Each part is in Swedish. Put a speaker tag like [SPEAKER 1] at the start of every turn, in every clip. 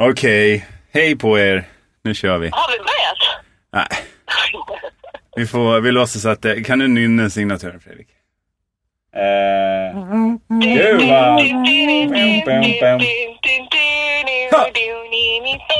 [SPEAKER 1] Okej, hej på er. Nu kör vi.
[SPEAKER 2] Har vi börjat?
[SPEAKER 1] Nej, vi, får, vi låtsas att det... Kan du nynna signaturen, Fredrik? Eh, Gud, vad- Bum, bum, bum. Ha!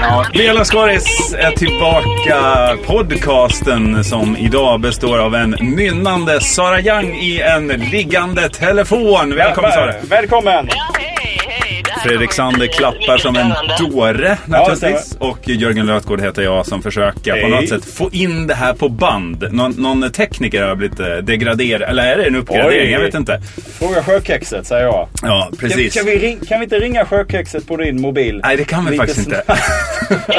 [SPEAKER 1] Ja, Lela Skaris är tillbaka. Podcasten som idag består av en nynnande Sara Young i en liggande telefon. Välkommen Sara!
[SPEAKER 3] Välkommen!
[SPEAKER 2] Ja, hej, hej. Det här
[SPEAKER 1] Fredrik
[SPEAKER 2] kommer
[SPEAKER 1] Sander
[SPEAKER 2] bli
[SPEAKER 1] klappar som en
[SPEAKER 2] spännande.
[SPEAKER 1] dåre
[SPEAKER 3] det
[SPEAKER 1] naturligtvis. Och Jörgen Lötgård heter jag som försöker på
[SPEAKER 3] Hej.
[SPEAKER 1] något sätt få in det här på band. Någon, någon tekniker har blivit eh, degraderad, eller är det en uppgradering?
[SPEAKER 3] Oj.
[SPEAKER 1] Jag vet inte.
[SPEAKER 3] Fråga Sjökexet säger jag.
[SPEAKER 1] Ja,
[SPEAKER 3] Kan,
[SPEAKER 1] precis.
[SPEAKER 3] kan, vi ring, kan vi inte ringa Sjökexet på din mobil?
[SPEAKER 1] Nej, det kan vi
[SPEAKER 3] Lite
[SPEAKER 1] faktiskt inte.
[SPEAKER 3] snabbt.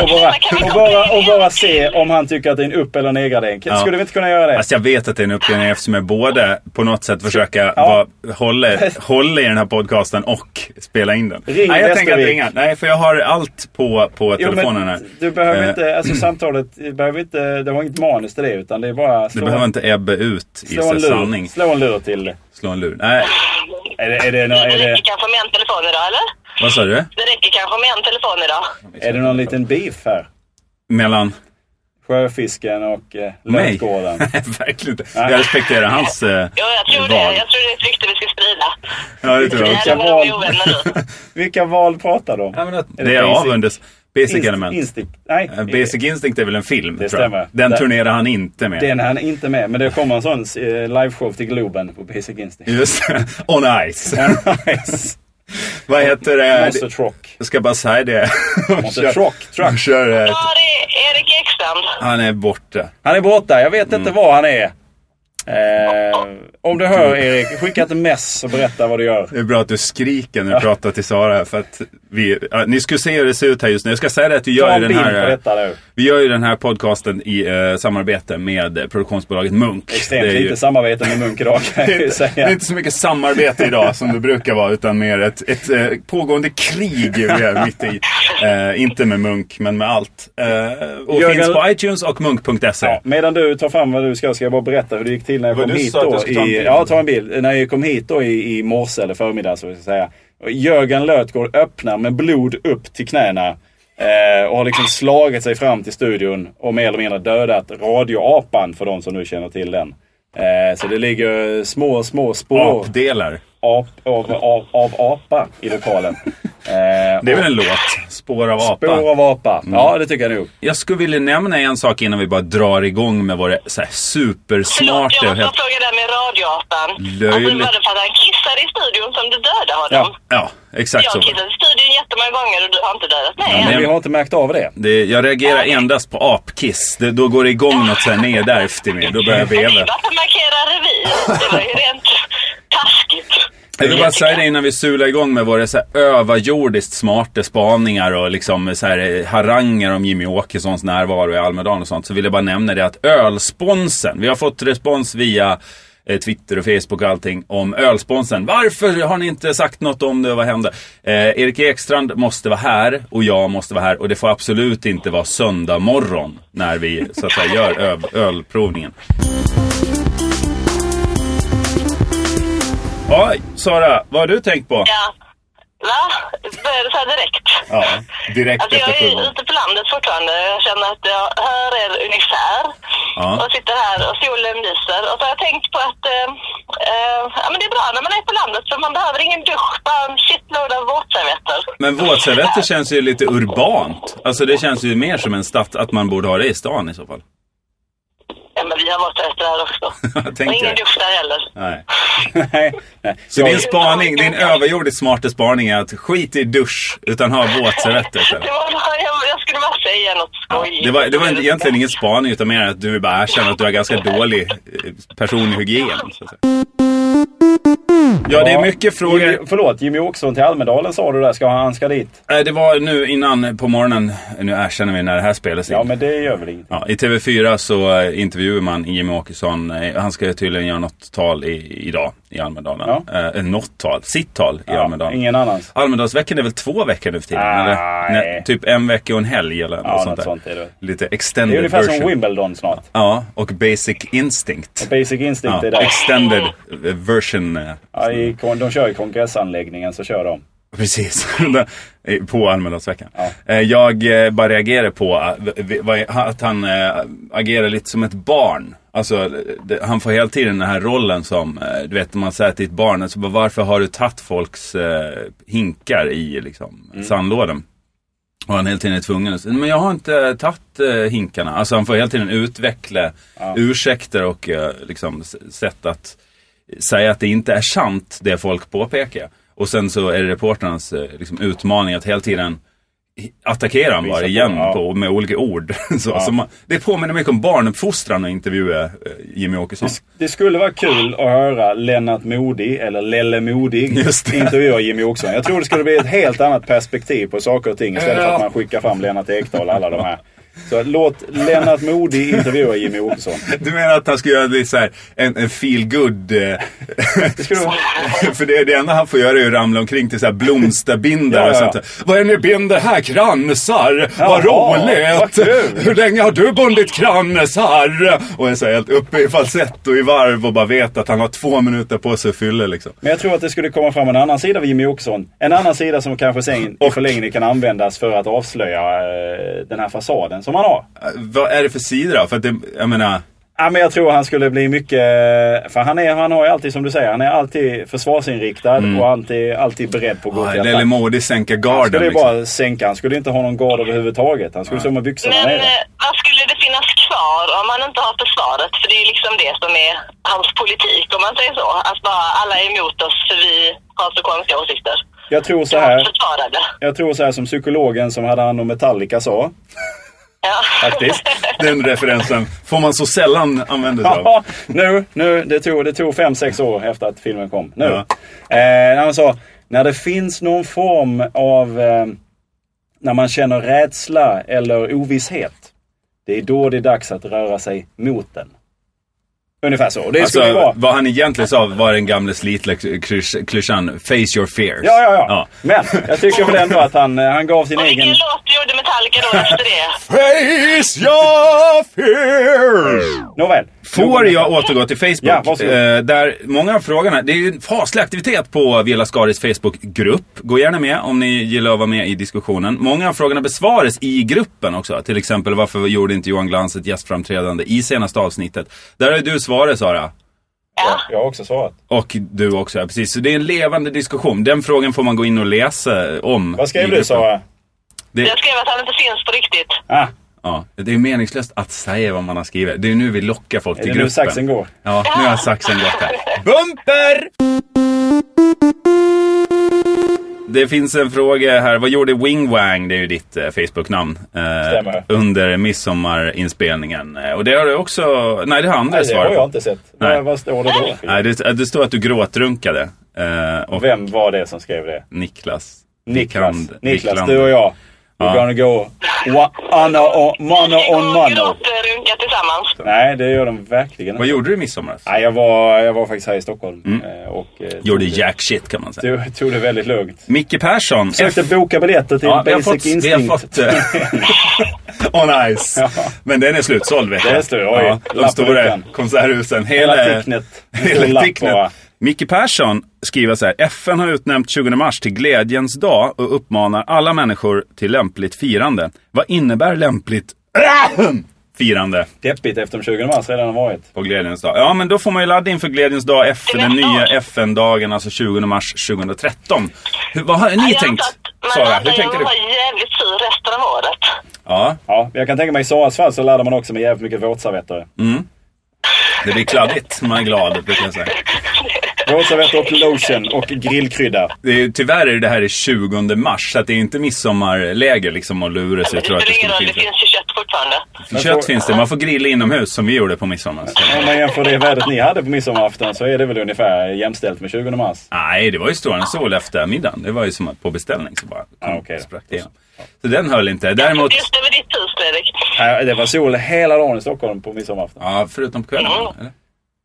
[SPEAKER 3] och, bara, och, bara, och bara se om han tycker att det är en upp eller nedgradering. Kan-
[SPEAKER 1] Ja.
[SPEAKER 3] Skulle vi inte kunna göra det?
[SPEAKER 1] Fast jag vet att det är en uppdelning eftersom jag både på något sätt försöka
[SPEAKER 3] Ja.
[SPEAKER 1] vara, hålla, hålla i den här podcasten och spela in den.
[SPEAKER 3] Ring
[SPEAKER 1] Nej, jag tänker att
[SPEAKER 3] Västervik.
[SPEAKER 1] ringa. Nej, för jag har allt på, på
[SPEAKER 3] Jo,
[SPEAKER 1] telefonen här.
[SPEAKER 3] men du behöver
[SPEAKER 1] Eh,
[SPEAKER 3] inte, alltså samtalet, du behöver inte, det var inget manus till det utan det är bara
[SPEAKER 1] Det
[SPEAKER 3] slå,
[SPEAKER 1] behöver inte ebba ut i
[SPEAKER 3] slå, en
[SPEAKER 1] sig
[SPEAKER 3] lur,
[SPEAKER 1] sanning.
[SPEAKER 3] slå en lur till.
[SPEAKER 1] Slå en lur. Nej,
[SPEAKER 3] Är det, är det, nå- är
[SPEAKER 2] Det
[SPEAKER 3] det,
[SPEAKER 2] räcker kanske med en telefon idag, eller?
[SPEAKER 1] vad sa du?
[SPEAKER 2] Det räcker kanske med en telefon idag.
[SPEAKER 3] är det någon liten beef här?
[SPEAKER 1] Mellan?
[SPEAKER 3] Sjöfisken och eh,
[SPEAKER 1] Mig?
[SPEAKER 3] lötgården.
[SPEAKER 1] Verkligen inte. Jag respekterar hans eh,
[SPEAKER 2] Ja, jag tror det.
[SPEAKER 1] val.
[SPEAKER 2] Jag tror det är ett rykte vi ska sprida.
[SPEAKER 1] Ja, det tror jag
[SPEAKER 2] Nej,
[SPEAKER 1] också.
[SPEAKER 2] de är nog ovänner nu.
[SPEAKER 3] Vilka val pratar du om?
[SPEAKER 1] Det är
[SPEAKER 3] basic-
[SPEAKER 1] avundes. Basic
[SPEAKER 3] Inst-
[SPEAKER 1] Element.
[SPEAKER 3] Instinct. Nej.
[SPEAKER 1] Eh, Basic Instinct är väl en film?
[SPEAKER 3] Det
[SPEAKER 1] tror jag.
[SPEAKER 3] stämmer.
[SPEAKER 1] Den
[SPEAKER 3] Där-
[SPEAKER 1] turnerar han inte med.
[SPEAKER 3] Den är han inte med, men det kommer en sån eh, liveshow till Globen på Basic Instinct.
[SPEAKER 1] Just On Ice. Vad heter det?
[SPEAKER 3] Monster Truck.
[SPEAKER 1] Jag ska bara säga det.
[SPEAKER 3] Monster
[SPEAKER 1] Kör-
[SPEAKER 3] Truck.
[SPEAKER 1] Han
[SPEAKER 3] Truck.
[SPEAKER 1] kör ett...
[SPEAKER 2] Ja, det är Erik Ekstrand.
[SPEAKER 1] Han är borta.
[SPEAKER 3] Han är borta, jag vet inte var han är. Eh, om du hör Erik, skicka ett mess och berätta vad du gör.
[SPEAKER 1] Det är bra att du skriker när du pratar till Sara här, för att vi, ja, Ni skulle se hur det ser ut här just nu. Jag ska säga det att vi
[SPEAKER 3] Ta
[SPEAKER 1] gör
[SPEAKER 3] en
[SPEAKER 1] ju
[SPEAKER 3] bild
[SPEAKER 1] den
[SPEAKER 3] på
[SPEAKER 1] här... eh,
[SPEAKER 3] detta nu.
[SPEAKER 1] Vi gör ju den här podcasten i eh, samarbete med eh, produktionsbolaget Munk.
[SPEAKER 3] Extremt
[SPEAKER 1] ju-
[SPEAKER 3] lite samarbete med Munk idag kan jag ju
[SPEAKER 1] inte, det
[SPEAKER 3] säga.
[SPEAKER 1] är inte så mycket samarbete idag som det brukar vara utan mer ett, ett eh, pågående krig vi är mitt i. Eh, inte med Munk men med allt. Eh, och
[SPEAKER 3] Jörgen-
[SPEAKER 1] finns på iTunes och munk.se.
[SPEAKER 3] Ja, medan du tar fram vad du ska, ska jag bara berätta hur det gick till när jag
[SPEAKER 1] Vad
[SPEAKER 3] kom
[SPEAKER 1] du
[SPEAKER 3] hit
[SPEAKER 1] sa att
[SPEAKER 3] då.
[SPEAKER 1] jag skulle ta en
[SPEAKER 3] i,
[SPEAKER 1] bild.
[SPEAKER 3] ja, ta en bild. När jag kom hit då i, i morse eller förmiddag så ska jag säga. Och Jörgen Lötgård öppnar med blod upp till knäna. Eh, och har liksom slagit sig fram till studion och mer eller mindre dödat radioapan för de som nu känner till den. Eh, så det ligger små, små spår
[SPEAKER 1] Apdelar.
[SPEAKER 3] ap, av, av, av apa i lokalen. Eh,
[SPEAKER 1] Det är
[SPEAKER 3] och
[SPEAKER 1] väl en låt? Spår av apa. Mm.
[SPEAKER 3] Spår av apa. Ja, det tycker jag nog.
[SPEAKER 1] Jag skulle vilja nämna en sak innan vi bara drar igång med våra så här,
[SPEAKER 2] Förlåt,
[SPEAKER 1] supersmarta
[SPEAKER 2] jag
[SPEAKER 1] och
[SPEAKER 2] måste
[SPEAKER 1] helt...
[SPEAKER 2] bara fråga det här med radioapan. Alltså,
[SPEAKER 1] Löjligt.
[SPEAKER 2] var det för att han kissade i studion som du dödade honom?
[SPEAKER 3] Ja.
[SPEAKER 1] Ja, exakt
[SPEAKER 2] jag
[SPEAKER 1] så.
[SPEAKER 2] har kissat i studion jättemånga gånger och du har inte dödat mig
[SPEAKER 1] men-
[SPEAKER 2] än.
[SPEAKER 3] Men vi har inte märkt av det.
[SPEAKER 1] Det, jag reagerar endast på apkiss. Det, då går det igång något så här nedärvt i mig. Då börjar jag
[SPEAKER 2] Men det
[SPEAKER 1] veva.
[SPEAKER 2] är bara för att markera revir. Det var ju rent taskigt.
[SPEAKER 1] Jag vill bara säga det innan vi sular igång med våra så här överjordiskt smarta spaningar och liksom så här haranger om Jimmy Åkessons närvaro i Almedalen och sånt. Så vill jag bara nämna det att ölsponsen, vi har fått respons via eh, Twitter och Facebook och allting om ölsponsen. Varför har ni inte sagt något om det och vad hände? Eh, Erik Ekstrand måste vara här och jag måste vara här och det får absolut inte vara söndag morgon när vi så att säga gör ö- ölprovningen. Ja, Sara, vad har du tänkt på?
[SPEAKER 2] Ja. Va? Började så här direkt.
[SPEAKER 1] Ja, direkt
[SPEAKER 2] Alltså
[SPEAKER 1] efter
[SPEAKER 2] jag är
[SPEAKER 1] provningen.
[SPEAKER 2] ute på landet fortfarande. Jag känner att jag hör er ungefär.
[SPEAKER 1] Ja.
[SPEAKER 2] Och sitter här och solen lyser. Och så har jag tänkt på att eh, eh, ja, men det är bra när man är på landet för man behöver ingen dusch. Bara en shitload av våtservetter.
[SPEAKER 1] Men våtservetter känns ju lite urbant. Alltså det känns ju mer som en stad, att man borde ha det i stan i så fall.
[SPEAKER 2] Ja, men vi har våtservetter här också.
[SPEAKER 1] Jag
[SPEAKER 2] Och
[SPEAKER 1] tänker
[SPEAKER 2] ingen
[SPEAKER 1] det.
[SPEAKER 2] dusch där heller.
[SPEAKER 1] Nej.
[SPEAKER 3] Nej, nej.
[SPEAKER 1] Så din spaning, din överjordiskt smarta spaning är att skit i dusch, utan ha våtservetter
[SPEAKER 2] Det
[SPEAKER 1] istället.
[SPEAKER 2] var, jag, jag skulle bara säga något skojigt.
[SPEAKER 1] Det var, det var egentligen ingen spaning utan mer att du bara erkänner att du har ganska dålig eh, personlig hygien. Så att säga. Ja, det är mycket frågor.
[SPEAKER 3] Jimmy, förlåt, Jimmy Åkesson till Almedalen sa du där. Ska han, han ska dit?
[SPEAKER 1] Eh, Det var nu innan på morgonen, nu erkänner vi när det här spelas in.
[SPEAKER 3] Ja, men det gör väl ingenting.
[SPEAKER 1] Ja, I TV4 så eh, intervjuar man Jimmy Åkesson. Eh, Han ska tydligen göra något tal i, idag. i Almedalen. Eh, något tal. Sitt tal i
[SPEAKER 3] Ja,
[SPEAKER 1] Almedalen.
[SPEAKER 3] ingen annans.
[SPEAKER 1] Almedalsveckan är väl två veckor nu för tiden?
[SPEAKER 3] Nej.
[SPEAKER 1] Eller? Nej, typ en vecka och en helg eller något
[SPEAKER 3] Ja,
[SPEAKER 1] sånt
[SPEAKER 3] något
[SPEAKER 1] där.
[SPEAKER 3] sånt är det.
[SPEAKER 1] Lite
[SPEAKER 3] Det är
[SPEAKER 1] extended
[SPEAKER 3] ungefär som
[SPEAKER 1] version.
[SPEAKER 3] Wimbledon snart.
[SPEAKER 1] Ja, och Basic Instinct.
[SPEAKER 3] Basic Instinct
[SPEAKER 1] Ja,
[SPEAKER 3] är där.
[SPEAKER 1] extended version. eh,
[SPEAKER 3] Ja, i, kon- de kör i kongressanläggningen så kör de.
[SPEAKER 1] Precis, på Almedalsveckan.
[SPEAKER 3] Ja.
[SPEAKER 1] Eh, Jag eh, bara reagerar på att- v- vad- att han eh, agerar lite som ett barn. Alltså, det- han får hela tiden den här rollen som, eh, du vet, man säger till ett barn, alltså, bara, varför har du tagit folks eh, hinkar i liksom, sandlådan? Och han hela tiden är tvungen att säga, men jag har inte tagit eh, hinkarna. Alltså han får hela tiden utveckla ursäkter och eh, liksom, s- sätt att säga att det inte är sant det folk påpekar. Och sen så är det reporterns eh, liksom, utmaning att hela tiden hi- attackera han
[SPEAKER 3] Visa
[SPEAKER 1] bara
[SPEAKER 3] på,
[SPEAKER 1] igen
[SPEAKER 3] ja.
[SPEAKER 1] på, med olika ord. så, så man, det påminner mycket om barnuppfostran att intervjua eh, Jimmy Åkesson.
[SPEAKER 3] Det skulle vara kul att höra Lennart Modig, eller Lelle Modig,
[SPEAKER 1] Just det.
[SPEAKER 3] intervjua Jimmy Åkesson. Jag tror det skulle bli ett helt annat perspektiv på saker och ting istället för att man skickar fram Lennart Ekdahl och alla de här. Så låt Lennart Modig intervjua Jimmy Åkesson.
[SPEAKER 1] Du menar att han ska göra lite så här, en, en feel good eh,
[SPEAKER 3] Det skulle vara...
[SPEAKER 1] För det, det enda han får göra är att ramla omkring till så här blomsterbindare
[SPEAKER 3] Ja,
[SPEAKER 1] och
[SPEAKER 3] ja.
[SPEAKER 1] sånt. där. Vad är det ni binder här? Kransar?
[SPEAKER 3] Jaha,
[SPEAKER 1] vad
[SPEAKER 3] vad
[SPEAKER 1] roligt!
[SPEAKER 3] kul."
[SPEAKER 1] Hur länge har du bundit kransar? Och är så här helt uppe i falsett och i varv och bara vet att han har två minuter på sig att fylla liksom.
[SPEAKER 3] Men jag tror att det skulle komma fram en annan sida av Jimmy Åkesson. En annan sida som kanske sen i
[SPEAKER 1] Och-
[SPEAKER 3] förlängningen kan användas för att avslöja eh, den här fasaden som han har.
[SPEAKER 1] Äh, Vad är det för sida då? För att det, jag menar,
[SPEAKER 3] Ja, men jag tror han skulle bli mycket... eh, För han, är, han har ju alltid, som du säger, han är alltid försvarsinriktad
[SPEAKER 1] Mm.
[SPEAKER 3] och alltid, alltid beredd på att gå till
[SPEAKER 1] Lelle
[SPEAKER 3] attack.
[SPEAKER 1] Modig sänka
[SPEAKER 3] Han skulle
[SPEAKER 1] garden
[SPEAKER 3] ju
[SPEAKER 1] liksom.
[SPEAKER 3] bara sänka. Han skulle inte ha någon gard överhuvudtaget. Han skulle stå med byxorna
[SPEAKER 2] Men
[SPEAKER 3] nere.
[SPEAKER 2] eh, vad skulle det finnas kvar om man inte har försvaret? För det är ju liksom det som är hans politik om man säger så. Att bara alla är emot oss för vi har så konstiga åsikter.
[SPEAKER 3] Jag tror så
[SPEAKER 2] Du har
[SPEAKER 3] här.
[SPEAKER 2] försvarade.
[SPEAKER 3] Jag tror så här som psykologen som hade hand om Metallica sa.
[SPEAKER 2] Ja.
[SPEAKER 3] Faktiskt.
[SPEAKER 1] Den referensen får man så sällan använda sig av.
[SPEAKER 3] Ja, nu, nu. Det tog, det tog fem, sex år efter att filmen kom. Nu.
[SPEAKER 1] Ja.
[SPEAKER 3] Eh, han sa, när det finns någon form av... Eh, när man känner rädsla eller ovisshet. Det är då det är dags att röra sig mot den. Ungefär så. Det skulle
[SPEAKER 1] Alltså,
[SPEAKER 3] vara.
[SPEAKER 1] vad han egentligen sa var den gamla slitliga klysch- klyschan Face your fears.
[SPEAKER 3] Ja, ja, ja, Men jag tycker väl ändå att han, eh, han gav sin
[SPEAKER 2] Och vilken
[SPEAKER 3] egen...
[SPEAKER 2] låt gjorde Metallica då efter det?
[SPEAKER 1] Face your fears!
[SPEAKER 3] Nåväl.
[SPEAKER 1] Får jag återgå till Facebook?
[SPEAKER 3] Ja, varsågod.
[SPEAKER 1] eh, där många av frågorna, det är ju en faslig aktivitet på Villa Skaris Facebookgrupp. Gå gärna med om ni gillar att vara med i diskussionen. Många av frågorna besvaras i gruppen också. Till exempel varför gjorde inte Johan Glans ett gästframträdande i senaste avsnittet? Där har ju du svarat Sara.
[SPEAKER 3] Ja, Jag har också svarat.
[SPEAKER 1] Och du också, ja, precis. Så det är en levande diskussion. Den frågan får man gå in och läsa om.
[SPEAKER 3] Vad
[SPEAKER 1] i
[SPEAKER 3] skrev du
[SPEAKER 1] gruppen.
[SPEAKER 3] Sara?
[SPEAKER 1] Det,
[SPEAKER 2] Jag skrev att han inte finns på riktigt.
[SPEAKER 3] Ah,
[SPEAKER 1] ja, det är meningslöst att säga vad man har skrivit. Det är nu vi lockar folk till
[SPEAKER 3] det är
[SPEAKER 1] gruppen.
[SPEAKER 3] nu saxen går.
[SPEAKER 1] Ja, nu har saxen gått här. Bumper! Det finns en fråga här. Vad gjorde Wing Wang, det är ju ditt eh, Facebook-namn, eh,
[SPEAKER 3] Stämmer.
[SPEAKER 1] under midsommarinspelningen? Eh, Och det har du också... Nej, det har andra
[SPEAKER 3] Nej, det
[SPEAKER 1] svarat
[SPEAKER 3] har
[SPEAKER 1] på.
[SPEAKER 3] jag inte sett.
[SPEAKER 1] Nej.
[SPEAKER 3] Vad- Vad står det då?
[SPEAKER 1] Nej, det, eh, det står att du gråtrunkade. Eh, och
[SPEAKER 3] Vem var det som skrev det?
[SPEAKER 1] Niklas.
[SPEAKER 3] Niklas.
[SPEAKER 1] Wikland-
[SPEAKER 3] Niklas,
[SPEAKER 1] Wikland.
[SPEAKER 3] du och jag. We're
[SPEAKER 1] Ja.
[SPEAKER 3] gonna go wa- ana o- mano
[SPEAKER 2] Vi
[SPEAKER 3] on
[SPEAKER 2] går och
[SPEAKER 3] mano.
[SPEAKER 2] gråter runka tillsammans.
[SPEAKER 3] Nej, det gör de verkligen
[SPEAKER 1] Vad
[SPEAKER 3] inte.
[SPEAKER 1] gjorde du i midsommar?
[SPEAKER 3] Nej, jag var, jag var faktiskt här i Stockholm. eh, Och, eh,
[SPEAKER 1] Gjorde
[SPEAKER 3] tog det-
[SPEAKER 1] jack shit kan man säga.
[SPEAKER 3] tog, tog det väldigt lugnt.
[SPEAKER 1] Micke Persson.
[SPEAKER 3] Försökte boka biljetter till
[SPEAKER 1] Ja, vi har
[SPEAKER 3] Basic
[SPEAKER 1] fått... Vi
[SPEAKER 3] Instinct.
[SPEAKER 1] har fått eh, on ice.
[SPEAKER 3] Ja.
[SPEAKER 1] Men den är slutsåld vet jag.
[SPEAKER 3] Det är slut, oj.
[SPEAKER 1] de
[SPEAKER 3] Lapp på
[SPEAKER 1] stora
[SPEAKER 3] luckan.
[SPEAKER 1] konserthusen. Hela,
[SPEAKER 3] Hela tecknet.
[SPEAKER 1] Hela
[SPEAKER 3] Lapp bara.
[SPEAKER 1] tecknet. Micke Persson skriver så här. FN har utnämnt 20 mars till glädjens dag och uppmanar alla människor till lämpligt firande. Vad innebär lämpligt firande
[SPEAKER 3] Deppigt efter den 20 mars redan har varit.
[SPEAKER 1] på glädjens dag? Ja, men då får man ju ladda inför glädjens dag efter
[SPEAKER 2] Det är
[SPEAKER 1] den
[SPEAKER 2] nästa
[SPEAKER 1] nya
[SPEAKER 2] år.
[SPEAKER 1] FN-dagen, alltså 20 mars 2013. Hur, vad har ni
[SPEAKER 2] Jag
[SPEAKER 1] tänkt?
[SPEAKER 2] antar att- Men
[SPEAKER 1] Sara,
[SPEAKER 2] han
[SPEAKER 1] hur tänker du?
[SPEAKER 2] var jävligt sur resten av året.
[SPEAKER 1] Ja,
[SPEAKER 3] Ja, jag kan tänka mig i Saras fall så laddar man också med jävligt mycket våtservetter.
[SPEAKER 1] Mm. det blir kladdigt när man är glad, brukar jag säga.
[SPEAKER 3] Våtservetter och lotion och grillkrydda.
[SPEAKER 1] Det är, ju- tyvärr är det här i 20 mars, så att det är inte midsommarläger liksom och lura sig
[SPEAKER 2] Men
[SPEAKER 1] och tro
[SPEAKER 2] det
[SPEAKER 1] att det
[SPEAKER 2] spelar ingen
[SPEAKER 1] skulle
[SPEAKER 2] roll,
[SPEAKER 1] finnas.
[SPEAKER 2] det finns ju kött fortfarande.
[SPEAKER 1] För Kött
[SPEAKER 3] får-
[SPEAKER 1] finns det, man får grilla inomhus som vi gjorde på midsommar. Så.
[SPEAKER 3] Om man jämför det vädret ni hade på midsommarafton så är det väl ungefär jämställt med 20 mars.
[SPEAKER 1] Nej, det var ju strålande sol efter middagen. Det var ju som att på beställning så bara kom,
[SPEAKER 3] Ja, Ah, okej då.
[SPEAKER 1] sprack det igenom. Så den höll inte. Däremot,
[SPEAKER 2] Just över ditt hus, Fredrik.
[SPEAKER 3] Nej, Det var sol hela dagen i Stockholm på midsommarafton.
[SPEAKER 1] ja, förutom på kvällen.
[SPEAKER 2] Ja.
[SPEAKER 1] Eller?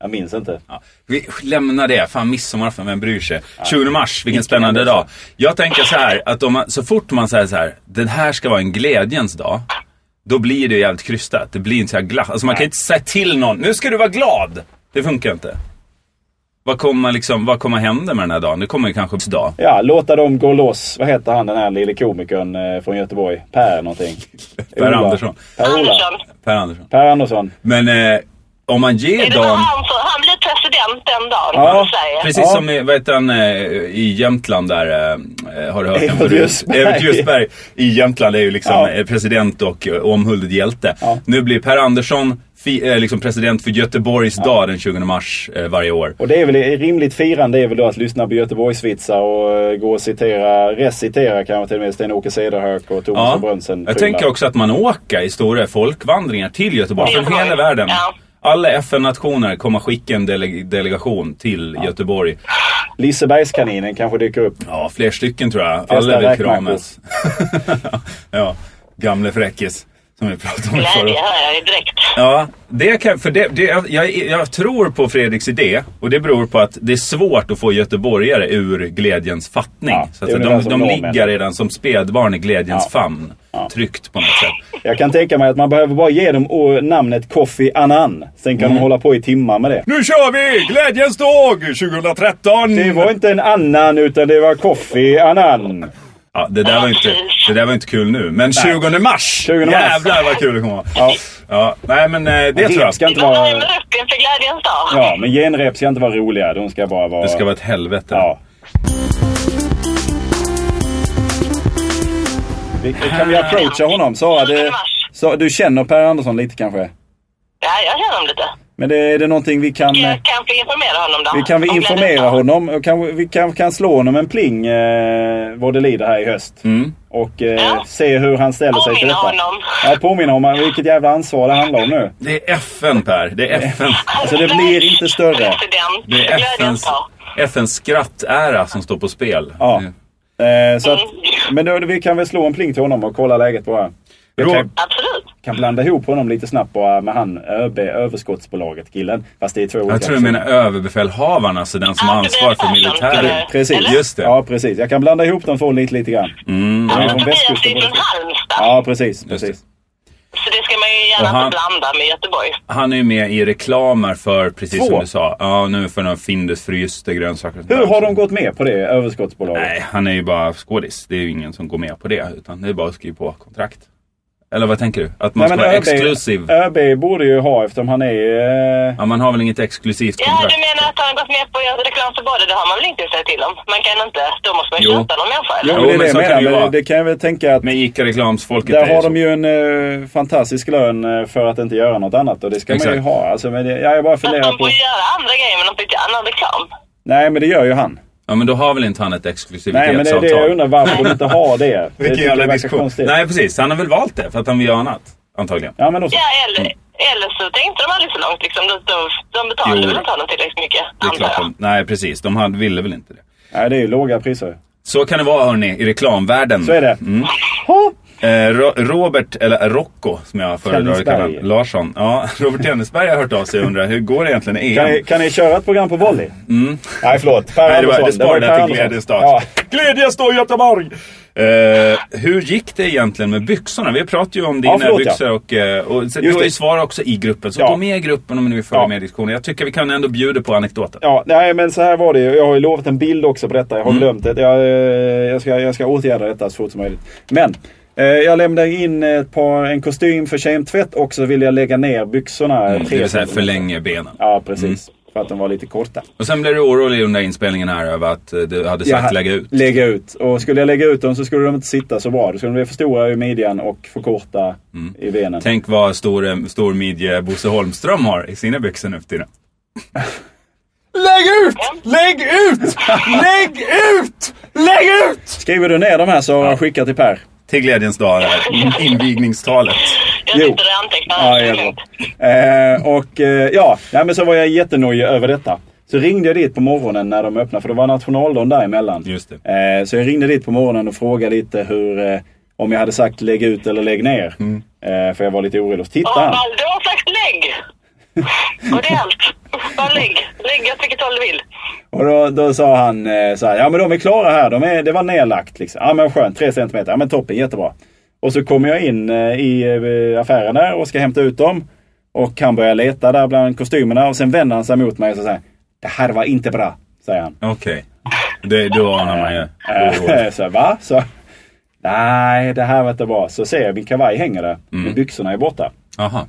[SPEAKER 3] Jag minns inte.
[SPEAKER 1] Ja. Vi lämnar det. Fan, midsommar, för vem bryr sig? 20 mars, vilken spännande dag. Jag tänker så här, att om man, så fort man säger så här, den här ska vara en glädjens dag. Då blir det jävligt krystat. Det blir inte så här glatt. Alltså man kan inte säga till någon, nu ska du vara glad. Det funkar inte. Vad kommer, liksom, vad kommer hända med den här dagen? Det kommer ju kanske en dag.
[SPEAKER 3] Ja, låta dem gå loss. Vad heter han den här lille komikern eh, från Göteborg? Per någonting.
[SPEAKER 1] Per
[SPEAKER 3] Ola.
[SPEAKER 1] Andersson.
[SPEAKER 3] Per Ola.
[SPEAKER 2] Andersson.
[SPEAKER 1] Per Andersson.
[SPEAKER 3] Per Andersson.
[SPEAKER 1] Men eh, om man ger
[SPEAKER 2] Är det då
[SPEAKER 1] dagen...
[SPEAKER 2] han, som- han blir president den dagen
[SPEAKER 3] Ja,
[SPEAKER 2] i Sverige?
[SPEAKER 1] Precis
[SPEAKER 3] Ja.
[SPEAKER 1] som i, vad heter han, eh, i Jämtland där, eh, har du hört den
[SPEAKER 3] Evert
[SPEAKER 1] förut?
[SPEAKER 3] Ljusberg.
[SPEAKER 1] Evert Ljusberg i Jämtland är ju liksom
[SPEAKER 3] Ja.
[SPEAKER 1] eh, president och eh, omhuldad hjälte.
[SPEAKER 3] Ja.
[SPEAKER 1] Nu blir Per Andersson fi, eh, liksom president för Göteborgs dag den 20 mars eh, varje år.
[SPEAKER 3] Och det är väl ett rimligt firande är väl då att lyssna på Göteborgsvitsar och eh, gå och citera, recitera kanske till och med Sten-Åke Cederhök och Thomas
[SPEAKER 1] Ja.
[SPEAKER 3] och Brönsen.
[SPEAKER 1] Jag tänker också att man åker i stora folkvandringar till Göteborg
[SPEAKER 2] Ja.
[SPEAKER 1] från hela världen.
[SPEAKER 2] Ja.
[SPEAKER 1] Alla FN-nationer kommer skicka en dele- delegation till Göteborg.
[SPEAKER 3] Lisebergskaninen kanske dyker upp.
[SPEAKER 1] Ja, fler stycken tror jag.
[SPEAKER 3] Testa
[SPEAKER 1] Alla vill
[SPEAKER 3] räkmackor.
[SPEAKER 1] kramas. ja, gamle fräckis. Som vi pratade om förra
[SPEAKER 2] Glädje hör jag ju direkt.
[SPEAKER 1] Ja, det kan, för det, det, jag, jag, jag tror på Fredriks idé och det beror på att det är svårt att få göteborgare ur glädjens fattning.
[SPEAKER 3] Ja,
[SPEAKER 1] så
[SPEAKER 3] det är
[SPEAKER 1] att de
[SPEAKER 3] ungefär som
[SPEAKER 1] de
[SPEAKER 3] normen.
[SPEAKER 1] ligger redan som spädbarn i glädjens
[SPEAKER 3] Ja.
[SPEAKER 1] famn. Tryckt på något sätt.
[SPEAKER 3] Jag kan tänka mig att man behöver bara ge dem å- namnet Kofi Annan. Sen kan
[SPEAKER 1] Mm.
[SPEAKER 3] de hålla på i timmar med det.
[SPEAKER 1] Nu kör vi! Glädjens dag 2013!
[SPEAKER 3] Det var inte en annan utan det var Kofi Annan.
[SPEAKER 1] Ja, det, där var inte, det där var inte kul nu, men 20 mars!
[SPEAKER 3] 20 mars.
[SPEAKER 1] Jävlar vad kul det kommer vara. Ja. nej men eh, det tror jag.
[SPEAKER 3] Rep ska
[SPEAKER 1] Det
[SPEAKER 3] inte
[SPEAKER 2] Vi bara
[SPEAKER 3] vara...
[SPEAKER 2] värmer upp inför glädjens dag.
[SPEAKER 3] eh, Ja, men genrep ska inte vara roliga. De ska bara vara...
[SPEAKER 1] ska vara ett helvete.
[SPEAKER 3] Ja. Vi, kan vi approacha honom? Sara, det, så, du känner Per Andersson lite kanske?
[SPEAKER 2] Ja, jag känner honom lite.
[SPEAKER 3] Men det, är det någonting vi kan...
[SPEAKER 2] Jag kanske informera honom då.
[SPEAKER 3] Vi kan vi
[SPEAKER 2] Om glädjens
[SPEAKER 3] informera
[SPEAKER 2] dag.
[SPEAKER 3] honom? och Kan, vi kan, kan slå honom en pling eh, vad det lider här i höst.
[SPEAKER 1] Mm.
[SPEAKER 3] Och eh,
[SPEAKER 2] Ja.
[SPEAKER 3] se hur han ställer sig till
[SPEAKER 2] Påminna
[SPEAKER 3] detta.
[SPEAKER 2] honom.
[SPEAKER 3] Ja, påminna honom. Vilket jävla ansvar det handlar om nu.
[SPEAKER 1] Det är FN Per, det är FN.
[SPEAKER 3] Alltså, det blir inte större.
[SPEAKER 2] President.
[SPEAKER 1] Det är FNs,
[SPEAKER 2] Glädjens dag.
[SPEAKER 1] FNs skrattära som står på spel.
[SPEAKER 3] Ja.
[SPEAKER 1] Mm.
[SPEAKER 3] Eh, så att,
[SPEAKER 2] Mm.
[SPEAKER 3] men då, vi kan väl slå en pling till honom och kolla läget bara. Jag
[SPEAKER 1] Rå-
[SPEAKER 3] kan,
[SPEAKER 2] Absolut.
[SPEAKER 3] kan blanda ihop honom lite snabbt bara med han ÖB, överskottsbolaget killen. Fast det är två olika
[SPEAKER 1] Jag tror du
[SPEAKER 3] personer.
[SPEAKER 1] menar överbefälhavaren, alltså den som
[SPEAKER 2] Ja,
[SPEAKER 1] har ansvar för
[SPEAKER 2] Tobias Persson,
[SPEAKER 1] militären.
[SPEAKER 2] eller?
[SPEAKER 3] Precis.
[SPEAKER 2] Eller?
[SPEAKER 1] Just det.
[SPEAKER 3] Ja, precis. Jag kan blanda ihop de två lite, lite grann.
[SPEAKER 1] Mm.
[SPEAKER 3] Han är
[SPEAKER 2] Men
[SPEAKER 3] från
[SPEAKER 2] Tobias är
[SPEAKER 3] västkusten.
[SPEAKER 2] ju från Halmstad.
[SPEAKER 3] Ja, precis.
[SPEAKER 1] Just det.
[SPEAKER 3] precis.
[SPEAKER 2] Så det ska man ju
[SPEAKER 1] Och
[SPEAKER 2] gärna
[SPEAKER 1] han-
[SPEAKER 2] inte blanda med Göteborg.
[SPEAKER 1] Han är ju med i reklamer för, precis
[SPEAKER 3] Två.
[SPEAKER 1] som du sa, ja, nu för någon Findus fryste grönsaker. och sånt
[SPEAKER 3] Hur
[SPEAKER 1] där.
[SPEAKER 3] har de gått med på det, överskottsbolaget?
[SPEAKER 1] Nej, han är ju bara skådis. Det är ju ingen som går med på det. Utan det är bara att skriva på kontrakt. Eller vad tänker du? Att man ska vara exklusiv?
[SPEAKER 3] ÖB borde ju ha eftersom han är... Eh,
[SPEAKER 1] Ja, man har väl inget exklusivt
[SPEAKER 2] Ja,
[SPEAKER 1] kontrakt?
[SPEAKER 2] du menar att han har gått med på att göra reklam för både? Det har man väl inte att säga till om? Man kan inte... Då måste man ju
[SPEAKER 1] Jo.
[SPEAKER 2] köpa någon människa.
[SPEAKER 3] jo,
[SPEAKER 2] eller?
[SPEAKER 1] Jo,
[SPEAKER 3] det
[SPEAKER 1] men
[SPEAKER 3] är det jag
[SPEAKER 1] så kan
[SPEAKER 3] menar.
[SPEAKER 1] det ju vara.
[SPEAKER 3] Men det kan jag väl tänka att...
[SPEAKER 1] Med ICA-reklamsfolket är
[SPEAKER 3] Där
[SPEAKER 1] det
[SPEAKER 3] har
[SPEAKER 1] så.
[SPEAKER 3] de ju en eh, fantastisk lön eh, för att inte göra något annat och det ska man
[SPEAKER 1] Exakt.
[SPEAKER 3] ju ha. Alltså, men det, ja, jag bara
[SPEAKER 2] Fast
[SPEAKER 3] funderar
[SPEAKER 2] de
[SPEAKER 3] på...
[SPEAKER 2] får ju göra andra grejer men de får inte göra annan reklam.
[SPEAKER 3] Nej, men det gör ju han.
[SPEAKER 1] Ja, men då har väl inte han ett
[SPEAKER 3] Nej, men det är
[SPEAKER 1] exklusivitetsavtal?
[SPEAKER 3] det jag undrar varför de inte har det. det
[SPEAKER 1] Vilken
[SPEAKER 3] tycker jag
[SPEAKER 1] jävla
[SPEAKER 3] verkar
[SPEAKER 1] diskussion.
[SPEAKER 3] konstigt.
[SPEAKER 1] Nej, precis. Han har väl valt det för att han vill göra annat. Antagligen.
[SPEAKER 3] Ja, men då så.
[SPEAKER 2] Ja, eller, eller så tänkte de aldrig så långt liksom. De, de, de betalade
[SPEAKER 1] Jo.
[SPEAKER 2] väl inte honom tillräckligt mycket,
[SPEAKER 1] Det är
[SPEAKER 2] antar
[SPEAKER 1] klart
[SPEAKER 2] jag.
[SPEAKER 1] de, nej, precis. De hade, ville väl inte det.
[SPEAKER 3] Nej, det är ju låga priser.
[SPEAKER 1] Så kan det vara hörni, i reklamvärlden.
[SPEAKER 3] Så är det.
[SPEAKER 1] Mm.
[SPEAKER 3] Ha!
[SPEAKER 1] Eh, Ro- Robert, eller Rocco som jag föredrar att kalla
[SPEAKER 3] Tennisberg.
[SPEAKER 1] honom. Larsson. Ja, Robert Tennisberg har hört av sig och undrar hur går det egentligen i
[SPEAKER 3] Kan,
[SPEAKER 1] EM?
[SPEAKER 3] ni, kan ni köra ett program på volley? Nej, förlåt. Per
[SPEAKER 1] Mm. Nej, det var,
[SPEAKER 3] Andersson.
[SPEAKER 1] det
[SPEAKER 3] var
[SPEAKER 1] sparade
[SPEAKER 3] Per
[SPEAKER 1] jag till
[SPEAKER 3] Andersson.
[SPEAKER 1] glädjens dag.
[SPEAKER 3] Ja.
[SPEAKER 1] Glädjens dag Göteborg! Eh, hur gick det egentligen med byxorna? Vi pratade ju om dina
[SPEAKER 3] Ja, förlåt, ja.
[SPEAKER 1] byxor och, eh, och så, du
[SPEAKER 3] Just
[SPEAKER 1] har ju
[SPEAKER 3] det.
[SPEAKER 1] svar också i gruppen. Så
[SPEAKER 3] Ja.
[SPEAKER 1] gå med i gruppen om ni vill följa
[SPEAKER 3] Ja.
[SPEAKER 1] med i diskussionen. Jag tycker vi kan ändå bjuda på anekdoten.
[SPEAKER 3] Ja, nej men så här var det ju. Jag har ju lovat en bild också på detta. Jag
[SPEAKER 1] Mm.
[SPEAKER 3] har glömt det. Jag, eh, jag, ska, jag ska åtgärda detta så fort som möjligt. Men eh, jag lämnade in ett par, en kostym för kemtvätt och så ville jag lägga ner byxorna. eh,
[SPEAKER 1] Mm, Det
[SPEAKER 3] tre
[SPEAKER 1] vill säga Mm.
[SPEAKER 3] centimeter.
[SPEAKER 1] förlänga benen.
[SPEAKER 3] Ja, precis. För att de var lite korta.
[SPEAKER 1] Och sen blev du orolig under inspelningen här över att eh, du hade sagt
[SPEAKER 3] Jag-
[SPEAKER 1] lägga ut.
[SPEAKER 3] Lägga ut. Och skulle jag lägga ut dem så skulle de inte sitta så bra. Då skulle de bli för stora i midjan och för korta i benen.
[SPEAKER 1] Mm. Tänk vad stor, eh, stor midje Bosse Holmström har i sina byxor nu för tiden. Lägg ut! Lägg ut! Lägg ut! Lägg ut!
[SPEAKER 3] Skriver du ner de här så skickar till Per.
[SPEAKER 1] Till glädjens dag, det här in- invigningstalet.
[SPEAKER 2] Jag
[SPEAKER 3] Jo.
[SPEAKER 2] sitter och antecknar.
[SPEAKER 3] Ja, det är bra. Eh, och eh, ja, nej, men så var jag jättenojig över detta. Så ringde jag dit på morgonen när de öppnade, för det var nationaldagen däremellan.
[SPEAKER 1] Just
[SPEAKER 3] Eh, så jag ringde dit på morgonen och frågade lite hur, eh, om jag hade
[SPEAKER 1] Mm.
[SPEAKER 3] sagt lägg ut eller lägg ner. Eh, för jag var lite orolig. Och så
[SPEAKER 2] Och
[SPEAKER 3] tittade
[SPEAKER 2] han
[SPEAKER 3] han.
[SPEAKER 2] bara, du har sagt lägg! Och det är allt. Bara lägg. Lägg åt vilket håll du vill.
[SPEAKER 3] Och då, då sa han eh, så här, ja men de är klara här, de är, det var nedlagt. Liksom. Ja men skönt, 3 centimeter, ja men toppen, jättebra. Och så kommer jag in eh, i eh, affären där och ska hämta ut dem. Och han börjar leta där bland kostymerna och sen vänder han sig mot mig och så säger Det här var inte bra, säger han.
[SPEAKER 1] Okej. Det, då anar man ju.
[SPEAKER 3] Eh, så jag, va? Så, Nej, det här var inte bra. Så ser jag min kavaj hänger där.
[SPEAKER 1] Mm.
[SPEAKER 3] Men byxorna är borta.
[SPEAKER 1] Aha.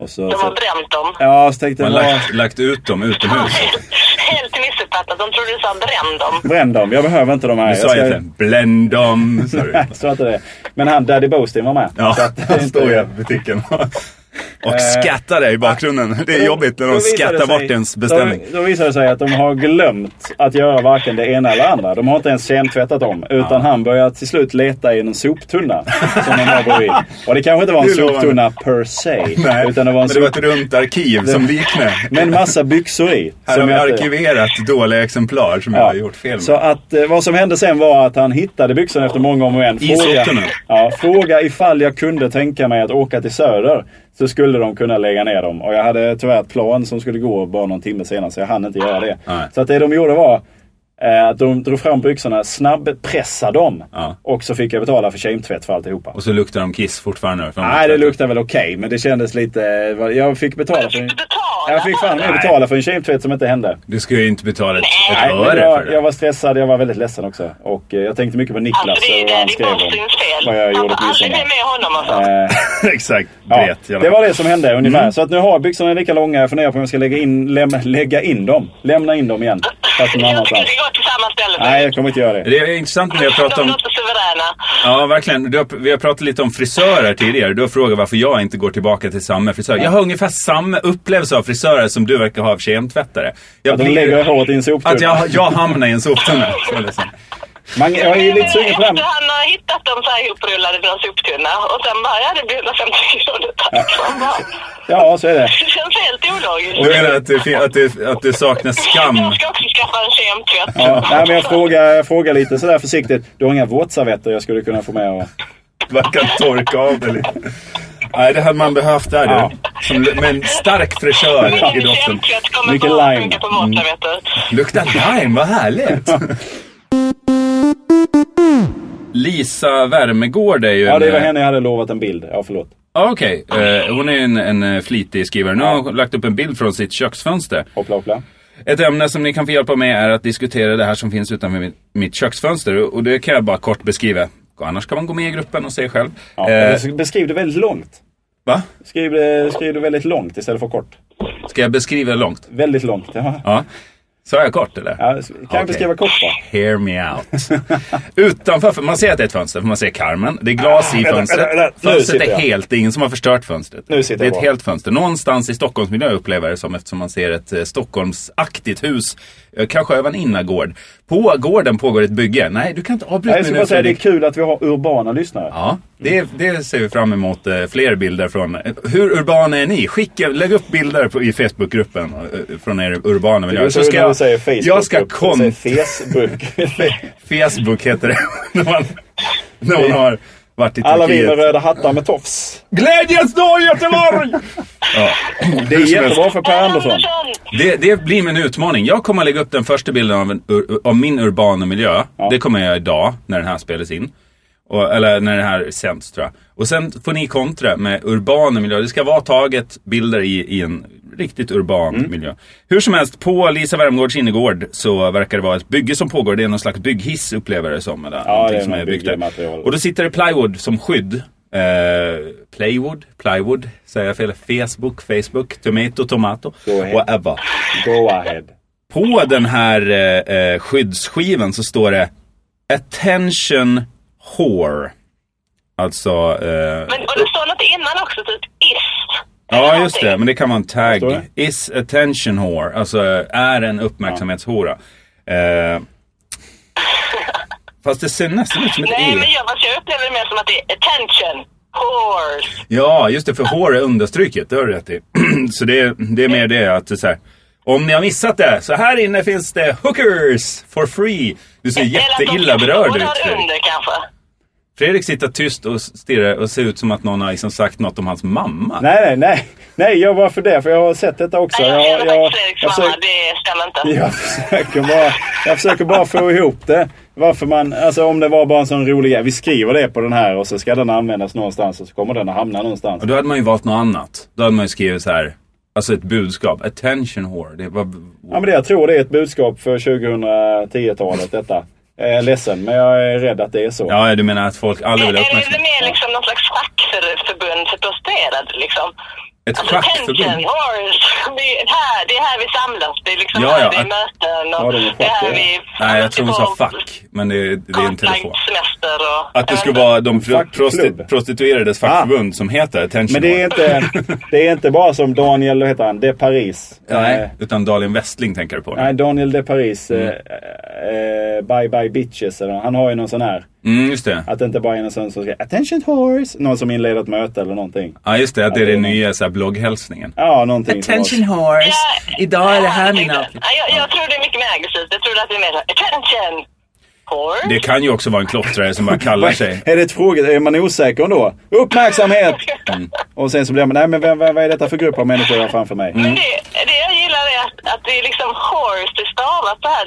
[SPEAKER 3] Och så,
[SPEAKER 2] De har
[SPEAKER 3] så,
[SPEAKER 2] bränt dem.
[SPEAKER 3] ja, så tänkte jag,
[SPEAKER 1] Man har
[SPEAKER 3] vad-
[SPEAKER 1] lagt, lagt ut dem utomhus.
[SPEAKER 2] Helt missuppfattat. De trodde du sa bränn dem.
[SPEAKER 3] bränn dem. Jag behöver inte de här.
[SPEAKER 1] Du
[SPEAKER 3] Jag
[SPEAKER 1] sa
[SPEAKER 3] ska-
[SPEAKER 1] egentligen bländ dem. sa du.
[SPEAKER 3] Jag sa inte det. Men han Daddy Boastin var med.
[SPEAKER 1] Ja,
[SPEAKER 3] Så att det är
[SPEAKER 1] han
[SPEAKER 3] inte-
[SPEAKER 1] står i butiken och skattar dig i bakgrunden. Det är jobbigt när
[SPEAKER 3] Eh,
[SPEAKER 1] de
[SPEAKER 3] Då visar det
[SPEAKER 1] skattar
[SPEAKER 3] sig-
[SPEAKER 1] bort ens beställning.
[SPEAKER 3] Då, då visar det sig att de har glömt att göra varken det ena eller andra. De har inte ens kemtvättat dem. Utan han börjar till slut leta i en soptunna som de har bredvid. Och det kanske inte var en
[SPEAKER 1] Det lovar
[SPEAKER 3] soptunna per se.
[SPEAKER 1] Nej,
[SPEAKER 3] utan det var en
[SPEAKER 1] men det var
[SPEAKER 3] sop...
[SPEAKER 1] ett runt arkiv som liknade.
[SPEAKER 3] Med en massa byxor i.
[SPEAKER 1] Här har vi
[SPEAKER 3] jag inte-
[SPEAKER 1] arkiverat dåliga exemplar som jag har gjort fel
[SPEAKER 3] Så
[SPEAKER 1] med.
[SPEAKER 3] att eh, vad som hände sen var att han hittade byxorna efter många om och en.
[SPEAKER 1] I soptunnan?
[SPEAKER 3] ja, fråga ifall jag kunde tänka mig att åka till Söder. Så skulle de kunna lägga ner dem. Och jag hade tyvärr ett plan som skulle gå bara någon timme senare så jag hann inte göra det.
[SPEAKER 1] Nej.
[SPEAKER 3] Så att det de gjorde var eh, att de drog fram byxorna, snabbpressade dem.
[SPEAKER 1] Ja.
[SPEAKER 3] Och så fick jag betala för kemtvätt för alltihopa.
[SPEAKER 1] Och så luktar de kiss fortfarande. För de
[SPEAKER 3] Nej, det luktar väl okej, men det kändes lite... eh, Jag fick betala för en...
[SPEAKER 2] Betala
[SPEAKER 3] Jag fick fan
[SPEAKER 2] för det.
[SPEAKER 3] med betala för en kemtvätt som inte hände.
[SPEAKER 1] Du ska ju inte betala ett, ett
[SPEAKER 2] Nej,
[SPEAKER 3] Nej, men
[SPEAKER 1] öre
[SPEAKER 3] jag,
[SPEAKER 1] för
[SPEAKER 3] jag
[SPEAKER 1] det.
[SPEAKER 3] var stressad, jag var väldigt ledsen också. Och eh, jag tänkte mycket på Niklas
[SPEAKER 2] Alltså det är
[SPEAKER 3] och
[SPEAKER 2] ju
[SPEAKER 3] vad han
[SPEAKER 2] Daddy
[SPEAKER 3] skrev om
[SPEAKER 2] Bostins fel.
[SPEAKER 3] vad jag
[SPEAKER 2] Han var
[SPEAKER 3] gjorde på
[SPEAKER 2] aldrig
[SPEAKER 3] midsommar.
[SPEAKER 2] med med honom alltså.
[SPEAKER 3] Eh,
[SPEAKER 1] Exakt.
[SPEAKER 3] ja,
[SPEAKER 1] Bret.
[SPEAKER 3] det var det som hände ungefär.
[SPEAKER 1] Mm.
[SPEAKER 3] Så att nu har byxorna lika långa. Jag funderar på om jag ska lägga in, läm, lägga in dem. Lämna in dem igen. Fast någon
[SPEAKER 2] Jag tycker
[SPEAKER 3] annanstans.
[SPEAKER 2] vi går till samma ställe. typ.
[SPEAKER 3] Nej, jag kommer inte göra det.
[SPEAKER 1] Det är intressant när vi har pratat
[SPEAKER 2] De
[SPEAKER 1] om...
[SPEAKER 2] låter suveräna.
[SPEAKER 1] Ja, verkligen. Du har, vi har pratat lite om frisörer tidigare. Du har frågat varför jag inte går tillbaka till samma frisör. Jag har ungefär samma upplevelse av frisörer som du verkar ha av kemtvättare. Jag
[SPEAKER 3] Att de lägger håret i en soptunna.
[SPEAKER 1] Att jag, jag hamnar i en soptunna. så liksom.
[SPEAKER 3] Man, jag är ju lite sugen på
[SPEAKER 2] eh,
[SPEAKER 3] den.
[SPEAKER 2] Efter han har hittat dem så här ihoprullade i någon soptunna och sen bara, ja det blir 150 kronor tack. Han bara,
[SPEAKER 3] Ja, så är det.
[SPEAKER 2] Det känns helt ologiskt.
[SPEAKER 1] Du menar att det, fin- att, det, att det saknas skam?
[SPEAKER 2] Jag ska också skaffa en kemtvätt.
[SPEAKER 3] Ja, nej, men jag frågar, jag frågar lite sådär försiktigt. Du har inga våtservetter jag skulle kunna få med? Och...
[SPEAKER 1] Man kan torka av det lite. Nej, det hade man behövt där
[SPEAKER 3] Ja.
[SPEAKER 1] du. Som, med en stark fräschör i
[SPEAKER 2] Min
[SPEAKER 1] doften.
[SPEAKER 2] kemtvätt kommer
[SPEAKER 3] Mycket
[SPEAKER 2] bara
[SPEAKER 3] lime. Mm.
[SPEAKER 2] funka på våtservetter.
[SPEAKER 1] Luktar lime, vad härligt! Lisa Värmegård är ju
[SPEAKER 3] Ja, det
[SPEAKER 1] en,
[SPEAKER 3] var henne jag hade lovat en bild. Ja, förlåt.
[SPEAKER 1] Ja, Okej, Eh, hon är en, en eh, flitig skrivare. Nu har hon lagt upp en bild från sitt köksfönster.
[SPEAKER 3] Hoppla, hoppla.
[SPEAKER 1] Ett ämne som ni kan få hjälpa mig är att diskutera det här som finns utanför mitt, mitt köksfönster. Och det kan jag bara kort beskriva. Annars kan man gå med i gruppen och se själv.
[SPEAKER 3] Ja,
[SPEAKER 1] eh,
[SPEAKER 3] Beskriv det väldigt långt.
[SPEAKER 1] va?
[SPEAKER 3] Skriv det, skriv det väldigt långt istället för kort.
[SPEAKER 1] Ska jag beskriva långt?
[SPEAKER 3] Väldigt långt. Ja.
[SPEAKER 1] Ja. Sa jag kort eller?
[SPEAKER 3] Ja, kan jag
[SPEAKER 1] Okej.
[SPEAKER 3] beskriva kort bara?
[SPEAKER 1] Hear me out. Utanför, för man ser att det är ett fönster, för man ser Carmen. Det är glas i
[SPEAKER 3] Ah, vänta,
[SPEAKER 1] fönstret.
[SPEAKER 3] vänta, vänta. Nu
[SPEAKER 1] Fönstret
[SPEAKER 3] sitter
[SPEAKER 1] är
[SPEAKER 3] jag.
[SPEAKER 1] helt, det är ingen som har förstört fönstret.
[SPEAKER 3] Nu sitter
[SPEAKER 1] det är
[SPEAKER 3] jag
[SPEAKER 1] ett
[SPEAKER 3] bra.
[SPEAKER 1] helt fönster. Någonstans i Stockholmsmiljö upplever jag det som eftersom man ser ett eh, Stockholmsaktigt hus. Eh, Kanske även innergård. På gården pågår ett bygge. Nej, du kan inte avbryta
[SPEAKER 3] Nej, jag
[SPEAKER 1] mig
[SPEAKER 3] ska
[SPEAKER 1] nu
[SPEAKER 3] bara säga det är
[SPEAKER 1] Fredrik.
[SPEAKER 3] kul att vi har urbana lyssnare.
[SPEAKER 1] Ja, det, det ser vi fram emot eh, fler bilder från. Eh, Hur urbana är ni? Skicka, lägg upp bilder på, i Facebookgruppen eh, från er urbana
[SPEAKER 3] Det
[SPEAKER 1] miljö.
[SPEAKER 3] är så ska jag, säger Facebook,
[SPEAKER 1] jag ska
[SPEAKER 3] upp, du
[SPEAKER 1] kon-
[SPEAKER 3] säger Facebook.
[SPEAKER 1] Facebook heter det. när, man, när man har varit i
[SPEAKER 3] Alla vi med
[SPEAKER 1] Turkiet.
[SPEAKER 3] röda hattar med tofs.
[SPEAKER 1] Glädjens dag Göteborg! ja.
[SPEAKER 3] Det är jättebra för Per Andersson.
[SPEAKER 2] Andersson!
[SPEAKER 1] Det, det blir min utmaning. Jag kommer att lägga upp den första bilden av, en, ur- av min urbana miljö. Det kommer jag göra idag när den här spelas in. Och, eller när den här sänds tror jag. Och sen får ni kontra med urbana miljö. Det ska vara taget bilder i, i en riktigt urban miljö. Hur som helst, på Lisa Värmgårds innergård så verkar det vara ett bygge som pågår. Det är någon slags bygghiss upplever jag det som. Eller
[SPEAKER 3] Ja,
[SPEAKER 1] någonting
[SPEAKER 3] det är
[SPEAKER 1] som
[SPEAKER 3] någon
[SPEAKER 1] är byggt där.
[SPEAKER 3] byggmaterial.
[SPEAKER 1] Och då sitter det plywood som skydd. Eh, playwood, plywood, säger jag fel? Facebook, Facebook, tomato, tomato,
[SPEAKER 3] Go ahead.
[SPEAKER 1] whatever.
[SPEAKER 3] Go ahead.
[SPEAKER 1] På den här eh, eh, skyddsskivan så står det Attention whore. Alltså, eh,
[SPEAKER 2] Men, och det står något innan också, typ is.
[SPEAKER 1] ja just det, men det kan vara en
[SPEAKER 3] Vad
[SPEAKER 1] tag.
[SPEAKER 3] står
[SPEAKER 1] Is attention whore, alltså eh, är en uppmärksamhetshora. Eh, fast det ser nästan ut som ett
[SPEAKER 2] Nej,
[SPEAKER 1] E.
[SPEAKER 2] men jag, fast jag upplever det mer som att det är attention. Horse.
[SPEAKER 1] Ja, just det, för hår är understryket, det har du rätt i. så det, är- det är mer det att det är så här, om ni har missat det, så här inne finns det hookers for free. Du ser jätteilla berörd ut
[SPEAKER 2] Eller att de
[SPEAKER 1] Fredrik.
[SPEAKER 2] under kanske.
[SPEAKER 1] Fredrik sitter tyst och stirrar och ser ut som att någon har liksom sagt något om hans mamma.
[SPEAKER 3] Nej, nej, nej. Nej, jag bara för det. För jag har sett detta också.
[SPEAKER 2] Nej, jag känner faktiskt Fredriks
[SPEAKER 3] jag,
[SPEAKER 2] mamma. Det stämmer
[SPEAKER 3] försöker,
[SPEAKER 2] inte.
[SPEAKER 3] jag, försöker bara, jag försöker bara få ihop det. Varför man, alltså om det var bara en sån rolig grej. Vi skriver det på den här och så ska den användas någonstans och så kommer den att hamna någonstans.
[SPEAKER 1] Och då hade man ju valt något annat. Då hade man ju skrivit så här. Alltså ett budskap. Attention whore. Det var...
[SPEAKER 3] Ja, men det, jag tror det är ett budskap för 2010-talet detta. Jag är ledsen, men jag är rädd att det är så.
[SPEAKER 1] Ja, du menar att folk aldrig vill
[SPEAKER 2] Eller
[SPEAKER 1] ha
[SPEAKER 2] är det
[SPEAKER 1] uppmärksamhet?
[SPEAKER 2] mer liksom någon slags schackförbund för prostituerade liksom?
[SPEAKER 1] Ett
[SPEAKER 2] Alltså
[SPEAKER 1] schackförbund?
[SPEAKER 2] tension, horse. Det är, här, det är här vi samlas. Det är liksom
[SPEAKER 1] Ja,
[SPEAKER 2] här
[SPEAKER 1] ja,
[SPEAKER 2] vi
[SPEAKER 1] att-
[SPEAKER 2] möten
[SPEAKER 3] Ja,
[SPEAKER 2] och
[SPEAKER 3] det är
[SPEAKER 2] det är här
[SPEAKER 3] schack,
[SPEAKER 2] vi...
[SPEAKER 1] Nej, jag tror hon sa fuck. Men det, det är en telefon.
[SPEAKER 2] kartlagt semester och...
[SPEAKER 1] Att det
[SPEAKER 3] Äh,
[SPEAKER 1] skulle vara de pro-
[SPEAKER 3] Fuck club.
[SPEAKER 1] prosti- prostituerades fackförbund som heter Attention
[SPEAKER 3] Ah. Men det är,
[SPEAKER 1] Whore.
[SPEAKER 3] inte, det är inte bara som Daniel, vad heter han, de Paris. Eh,
[SPEAKER 1] Nej, utan Dahlén Westling tänker du på.
[SPEAKER 3] Nej, Daniel de Paris. eh, eh, bye bye bitches. Eller, han har ju någon sån här.
[SPEAKER 1] Mm, just det.
[SPEAKER 3] Att det inte bara är någon sån som skriver attention horse. Någon som inleder ett möte eller någonting.
[SPEAKER 1] Ja, just det. Att det är
[SPEAKER 3] Ja, det är
[SPEAKER 1] den nya så här, blogghälsningen.
[SPEAKER 3] Ja, någonting som oss.
[SPEAKER 1] horse.
[SPEAKER 2] Ja, jag, jag tror det är mycket mer aggressivt. Jag tror att det är mer så här, attention! Horse?
[SPEAKER 1] Det kan ju också vara en klottrare som bara kallar sig.
[SPEAKER 3] Är det ett fråga? Är man osäker då? Uppmärksamhet!
[SPEAKER 1] Mm.
[SPEAKER 3] Och sen så blir man, nej men vem, vem, vad är detta för grupp av människor jag har framför mig?
[SPEAKER 1] Mm.
[SPEAKER 2] Men det, det jag gillar är att, att det är liksom horse, det stavas så här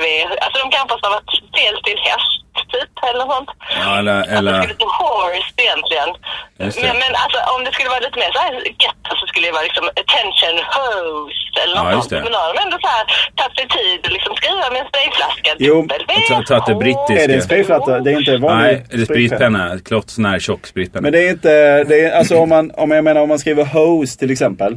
[SPEAKER 2] W. Alltså de kanske har stavat fel till häst, typ, eller något sånt.
[SPEAKER 1] Ja, eller-
[SPEAKER 2] Att
[SPEAKER 1] eller-
[SPEAKER 2] det skulle stå horse egentligen.
[SPEAKER 1] Just det.
[SPEAKER 2] Men, men alltså om det skulle vara lite mer så här ghetto så skulle det vara liksom attention host eller något
[SPEAKER 1] Ja, just
[SPEAKER 2] sånt.
[SPEAKER 1] det.
[SPEAKER 2] Men nu har de ändå så här tagit sig tid och liksom skriva med en sprayflaska.
[SPEAKER 3] Jo,
[SPEAKER 2] W, Oh.
[SPEAKER 1] och ta- tagit det brittiskt.
[SPEAKER 3] Är det en sprayflatta? Det är inte en vanlig
[SPEAKER 1] Nej, det är spritpenna. Klott, sån här tjock spritpenna.
[SPEAKER 3] Men det är inte, det är, alltså om man, om jag menar om man skriver hose till exempel.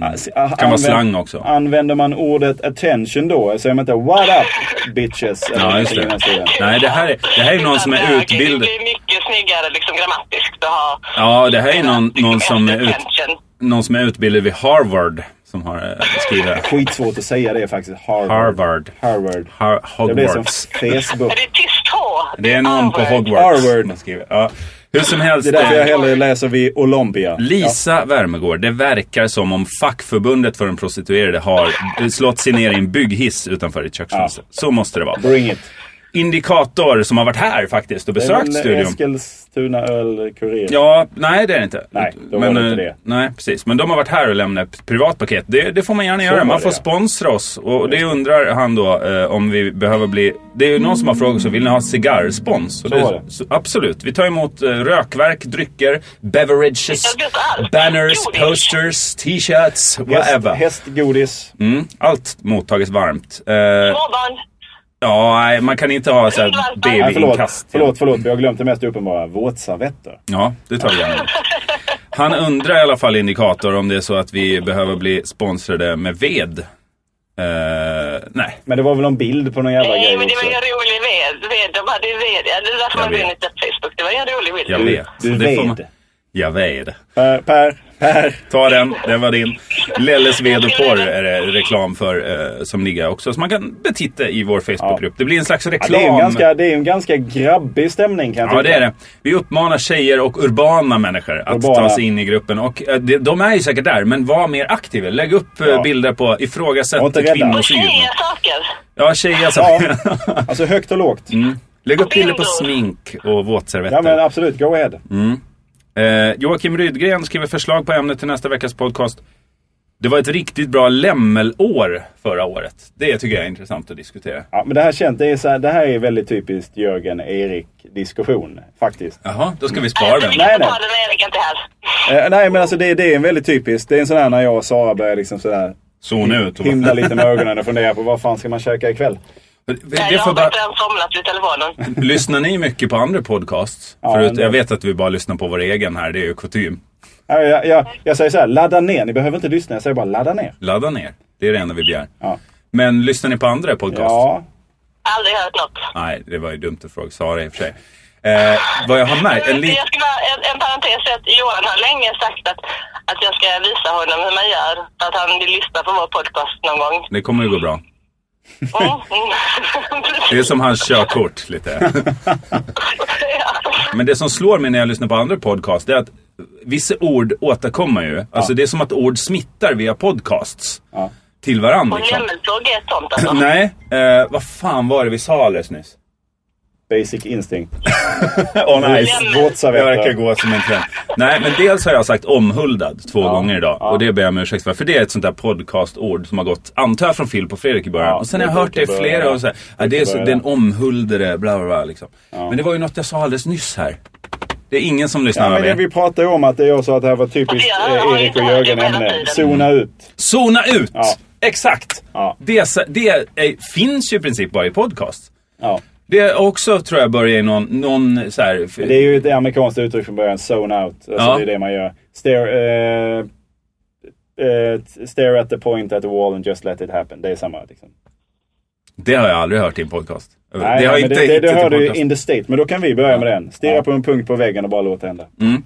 [SPEAKER 3] Alltså, a-
[SPEAKER 1] Mm. vara slang också.
[SPEAKER 3] Använder man ordet attention då? Säger man inte what up bitches? eller
[SPEAKER 1] Ja, just
[SPEAKER 3] någonting i den stilen?
[SPEAKER 1] det. Nej, det här är, det här är någon som är
[SPEAKER 2] Det
[SPEAKER 1] utbildad.
[SPEAKER 2] blir mycket snyggare liksom grammatiskt att ha.
[SPEAKER 1] Ja, det här är någon,
[SPEAKER 2] liksom
[SPEAKER 1] någon, som är ut,
[SPEAKER 2] attention.
[SPEAKER 1] någon som är utbildad vid Harvard som har eh, skrivit.
[SPEAKER 3] Skitsvårt att säga det faktiskt. Harvard.
[SPEAKER 1] Harvard.
[SPEAKER 3] Harvard.
[SPEAKER 1] Har,
[SPEAKER 3] Det blir som
[SPEAKER 1] Hogwarts.
[SPEAKER 3] Facebook.
[SPEAKER 2] Är det tyst H?
[SPEAKER 1] Det är någon på
[SPEAKER 2] Harvard.
[SPEAKER 1] Hogwarts.
[SPEAKER 3] Harvard.
[SPEAKER 1] man skriver. Ja. Hur som helst.
[SPEAKER 3] Det är därför
[SPEAKER 1] eh,
[SPEAKER 3] jag hellre läser vid Olympia.
[SPEAKER 1] Lisa Wärmegård, det verkar som om fackförbundet för den prostituerade har eh, slått sig ner i en bygghiss utanför ditt köksfönster. Så måste det vara.
[SPEAKER 3] Bring it.
[SPEAKER 1] Indikator som har varit här faktiskt och
[SPEAKER 3] Det är
[SPEAKER 1] besökt
[SPEAKER 3] väl
[SPEAKER 1] studion.
[SPEAKER 3] Eskilstuna öl kurir.
[SPEAKER 1] Ja, nej det är det inte.
[SPEAKER 3] Nej, då var det inte
[SPEAKER 1] eh,
[SPEAKER 3] det.
[SPEAKER 1] Nej, precis. Men de har varit här och lämnat ett privatpaket. Det, det får man gärna göra.
[SPEAKER 3] var
[SPEAKER 1] Man
[SPEAKER 3] det,
[SPEAKER 1] får
[SPEAKER 3] ja.
[SPEAKER 1] sponsra oss. Och det undrar han då eh, om vi behöver bli... Det är ju någon som har frågat så vill ni ha cigarrspons? Och
[SPEAKER 3] Så var det.
[SPEAKER 1] så, absolut. Vi tar emot eh, rökverk, drycker, beverages,
[SPEAKER 2] Jag vet allt.
[SPEAKER 1] banners,
[SPEAKER 2] Godis.
[SPEAKER 1] posters, t-shirts, whatever.
[SPEAKER 3] Häst, hästgodis.
[SPEAKER 1] Mm, allt mottages varmt. Eh,
[SPEAKER 2] Småbarn.
[SPEAKER 1] ja, nej, man kan inte ha så här
[SPEAKER 3] Nej, förlåt,
[SPEAKER 1] BB-inkast.
[SPEAKER 3] förlåt, förlåt. Vi har glömt det mest uppenbara. Våtservetter.
[SPEAKER 1] Ja, det tar vi gärna. Han undrar i alla fall, Indikator, om det är så att vi behöver bli sponsrade med ved. Eh, nej.
[SPEAKER 3] Men det var väl en bild på någon jävla
[SPEAKER 2] Nej,
[SPEAKER 3] grej
[SPEAKER 2] men det var
[SPEAKER 3] också.
[SPEAKER 2] ju en rolig ved. ved. De hade ju ved. Ja, det är därför
[SPEAKER 1] Jag
[SPEAKER 2] man
[SPEAKER 1] vet.
[SPEAKER 2] vunnit ett Facebook. Det var ju en rolig bild.
[SPEAKER 1] Jag vet.
[SPEAKER 3] du
[SPEAKER 1] Det får man-
[SPEAKER 3] ved.
[SPEAKER 1] Jag ved.
[SPEAKER 3] Per, Eh, per, per.
[SPEAKER 1] Ta den, den var din. Lelles ved och porr är det reklam för eh, som ligger också. Så man kan betitta i vår Facebookgrupp. Det blir en slags
[SPEAKER 3] Ja, det,
[SPEAKER 1] reklam.
[SPEAKER 3] är en ganska, det är en ganska grabbig stämning kan jag
[SPEAKER 1] Ja,
[SPEAKER 3] tycka.
[SPEAKER 1] det är det. Vi uppmanar tjejer och urbana människor att
[SPEAKER 3] Urbana.
[SPEAKER 1] ta sig in i gruppen. Och eh, de- de är ju säkert där, men var mer aktiva. Lägg upp eh,
[SPEAKER 3] Ja.
[SPEAKER 1] bilder på
[SPEAKER 3] Var inte
[SPEAKER 1] ifrågasätt
[SPEAKER 3] rädda.
[SPEAKER 2] Och
[SPEAKER 1] kvinnosyn.
[SPEAKER 2] tjejer saker.
[SPEAKER 1] Ja, tjejer som...
[SPEAKER 3] Ja, alltså högt och lågt.
[SPEAKER 1] Mm. Lägg upp bilder på
[SPEAKER 2] Bindor.
[SPEAKER 1] smink och
[SPEAKER 3] Ja men
[SPEAKER 1] våtservetter.
[SPEAKER 3] absolut, go ahead.
[SPEAKER 1] eh, Joakim Rydgren skriver förslag på ämnet till nästa veckas podcast. Det var ett riktigt bra lämmelår förra året. Det tycker jag är intressant att diskutera.
[SPEAKER 3] Ja, men det här känns, det, är så här, det här är väldigt typiskt Jörgen-Erik-diskussion faktiskt.
[SPEAKER 1] Jaha, då ska vi spara
[SPEAKER 2] Nej,
[SPEAKER 1] den.
[SPEAKER 2] vi
[SPEAKER 3] Nej,
[SPEAKER 2] kan
[SPEAKER 3] nej.
[SPEAKER 2] ta den när Erik inte är här.
[SPEAKER 3] Eh, nej men alltså det, det är en väldigt typisk, det är en sån här när jag och Sara börjar liksom sådär
[SPEAKER 1] Så nu Thomas. Eh,
[SPEAKER 3] himla lite med ögonen och fundera på vad fan ska man käka ikväll?
[SPEAKER 2] Nej,
[SPEAKER 1] Det
[SPEAKER 2] jag
[SPEAKER 1] får
[SPEAKER 2] har
[SPEAKER 1] bara...
[SPEAKER 2] bara... redan somnat vid telefonen.
[SPEAKER 1] Lyssnar ni mycket på andra podcasts?
[SPEAKER 3] Ja,
[SPEAKER 1] Förut,
[SPEAKER 3] det-
[SPEAKER 1] jag vet att vi bara lyssnar på vår egen här, det är ju kutym.
[SPEAKER 3] Ja, jag, jag, jag säger så här, ladda ner. Ni behöver inte lyssna, jag säger bara ladda ner.
[SPEAKER 1] Ladda ner, det är det enda vi begär.
[SPEAKER 3] Ja.
[SPEAKER 1] Men lyssnar ni på andra podcasts?
[SPEAKER 3] Ja,
[SPEAKER 2] Aldrig hört något.
[SPEAKER 1] Nej, det var ju dumt att fråga Sara i och för sig. Eh, vad jag har märkt, en liten...
[SPEAKER 2] Jag ska bara, en, en parentes är att Johan har länge sagt att, att jag ska visa honom hur man gör. För att han vill lyssna på vår podcast någon gång.
[SPEAKER 1] Det kommer ju gå bra.
[SPEAKER 2] Mm.
[SPEAKER 1] Det är som hans körkort lite.
[SPEAKER 2] ja.
[SPEAKER 1] Men det som slår mig när jag lyssnar på andra podcast det är att vissa ord återkommer ju. Alltså det är som att ord smittar via podcasts
[SPEAKER 3] Ja.
[SPEAKER 1] till varandra.
[SPEAKER 2] Och
[SPEAKER 1] Liksom.
[SPEAKER 2] lämmeltåg är ett sånt alltså.
[SPEAKER 1] Nej, eh, vad fan var det vi sa alldeles nyss?
[SPEAKER 3] Basic Instinct.
[SPEAKER 1] On ice. Det verkar
[SPEAKER 3] Våtservetter.
[SPEAKER 1] gå som en trend. Nej, men dels har jag sagt omhuldad två
[SPEAKER 3] Ja,
[SPEAKER 1] gånger idag.
[SPEAKER 3] ja.
[SPEAKER 1] Och det ber jag om ursäkt för. För det är ett sånt där podcastord som har gått, antar jag, från Filip och Fredrik i början.
[SPEAKER 3] Ja,
[SPEAKER 1] och sen har jag
[SPEAKER 3] det
[SPEAKER 1] hört det i
[SPEAKER 3] brukar börja-
[SPEAKER 1] flera och så här, ja, det är så,
[SPEAKER 3] börja
[SPEAKER 1] den
[SPEAKER 3] där.
[SPEAKER 1] omhuldade, bla bla bla. Liksom. Men det var ju något jag sa alldeles nyss här. Det är ingen som lyssnar
[SPEAKER 3] Ja, men
[SPEAKER 1] med.
[SPEAKER 3] vi pratade ju om att det jag sa att det här var typiskt
[SPEAKER 2] Ja,
[SPEAKER 3] eh,
[SPEAKER 2] ja,
[SPEAKER 3] Erik och
[SPEAKER 2] ja,
[SPEAKER 3] Jörgen
[SPEAKER 2] det är hela
[SPEAKER 3] ämne.
[SPEAKER 2] tiden.
[SPEAKER 3] Zona ut.
[SPEAKER 1] Zona ut!
[SPEAKER 3] Ja.
[SPEAKER 1] Exakt!
[SPEAKER 3] Ja.
[SPEAKER 1] Det, sa- det är, finns ju i princip bara i podcast.
[SPEAKER 3] Ja.
[SPEAKER 1] Det är också, tror jag, börjar i någon, någon så här...
[SPEAKER 3] Det är ju ett amerikanskt uttryck från början, zone out. Alltså
[SPEAKER 1] Ja.
[SPEAKER 3] Det är det man gör. Stare, eh, eh, stare at the point at the wall and just let it happen. Det är samma. Liksom.
[SPEAKER 1] Det har jag aldrig hört i en podcast.
[SPEAKER 3] Nej,
[SPEAKER 1] det har
[SPEAKER 3] nej,
[SPEAKER 1] inte
[SPEAKER 3] men det, det, det
[SPEAKER 1] hittat i
[SPEAKER 3] hör du ju
[SPEAKER 1] podcast.
[SPEAKER 3] in the state, men då kan vi börja med den. Stirra på en punkt på väggen och bara låt det hända.
[SPEAKER 1] Mm.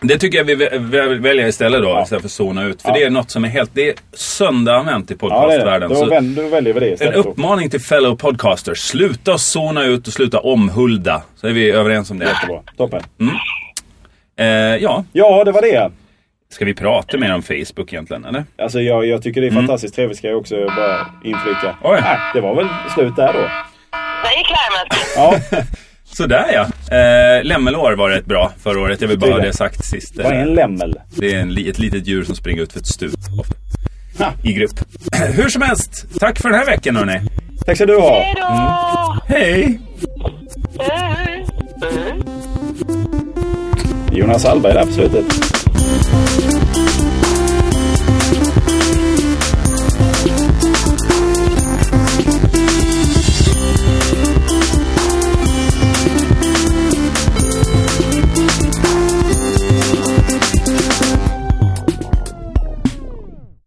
[SPEAKER 1] Det tycker jag vi vä- vä- väljer istället då, istället för zona ut. För det är något som är helt... Det är sönderanvänt i
[SPEAKER 3] Ja, det är det.
[SPEAKER 1] podcastvärlden.
[SPEAKER 3] Då,
[SPEAKER 1] Så
[SPEAKER 3] väl, då väljer vi det
[SPEAKER 1] en
[SPEAKER 3] istället. då.
[SPEAKER 1] uppmaning till fellow podcasters. Sluta zona ut och sluta omhulda. Så är vi överens om det.
[SPEAKER 3] Jättebra. Toppen.
[SPEAKER 1] Eh, ja,
[SPEAKER 3] Ja, det var det.
[SPEAKER 1] ska vi prata mer om Facebook egentligen, eller?
[SPEAKER 3] Alltså jag, jag tycker det är fantastiskt trevligt ska jag också bara inflika.
[SPEAKER 1] Mm. Oj.
[SPEAKER 3] Nej, det var väl slut där då.
[SPEAKER 2] Där gick larmet.
[SPEAKER 3] Ja,
[SPEAKER 1] Sådär ja. Eh, lämmelår var rätt bra förra året. Jag vill bara ha det sagt sist.
[SPEAKER 3] vad är en lämmel?
[SPEAKER 1] Det är en, li- ett litet djur som springer ut för ett stup. I grupp. Hur som helst, tack för den här veckan hörni.
[SPEAKER 3] Tack ska du ha.
[SPEAKER 2] Hej då!
[SPEAKER 1] Mm. Hej!
[SPEAKER 2] Hej. Hej.
[SPEAKER 3] Jonas Hallberg där på slutet.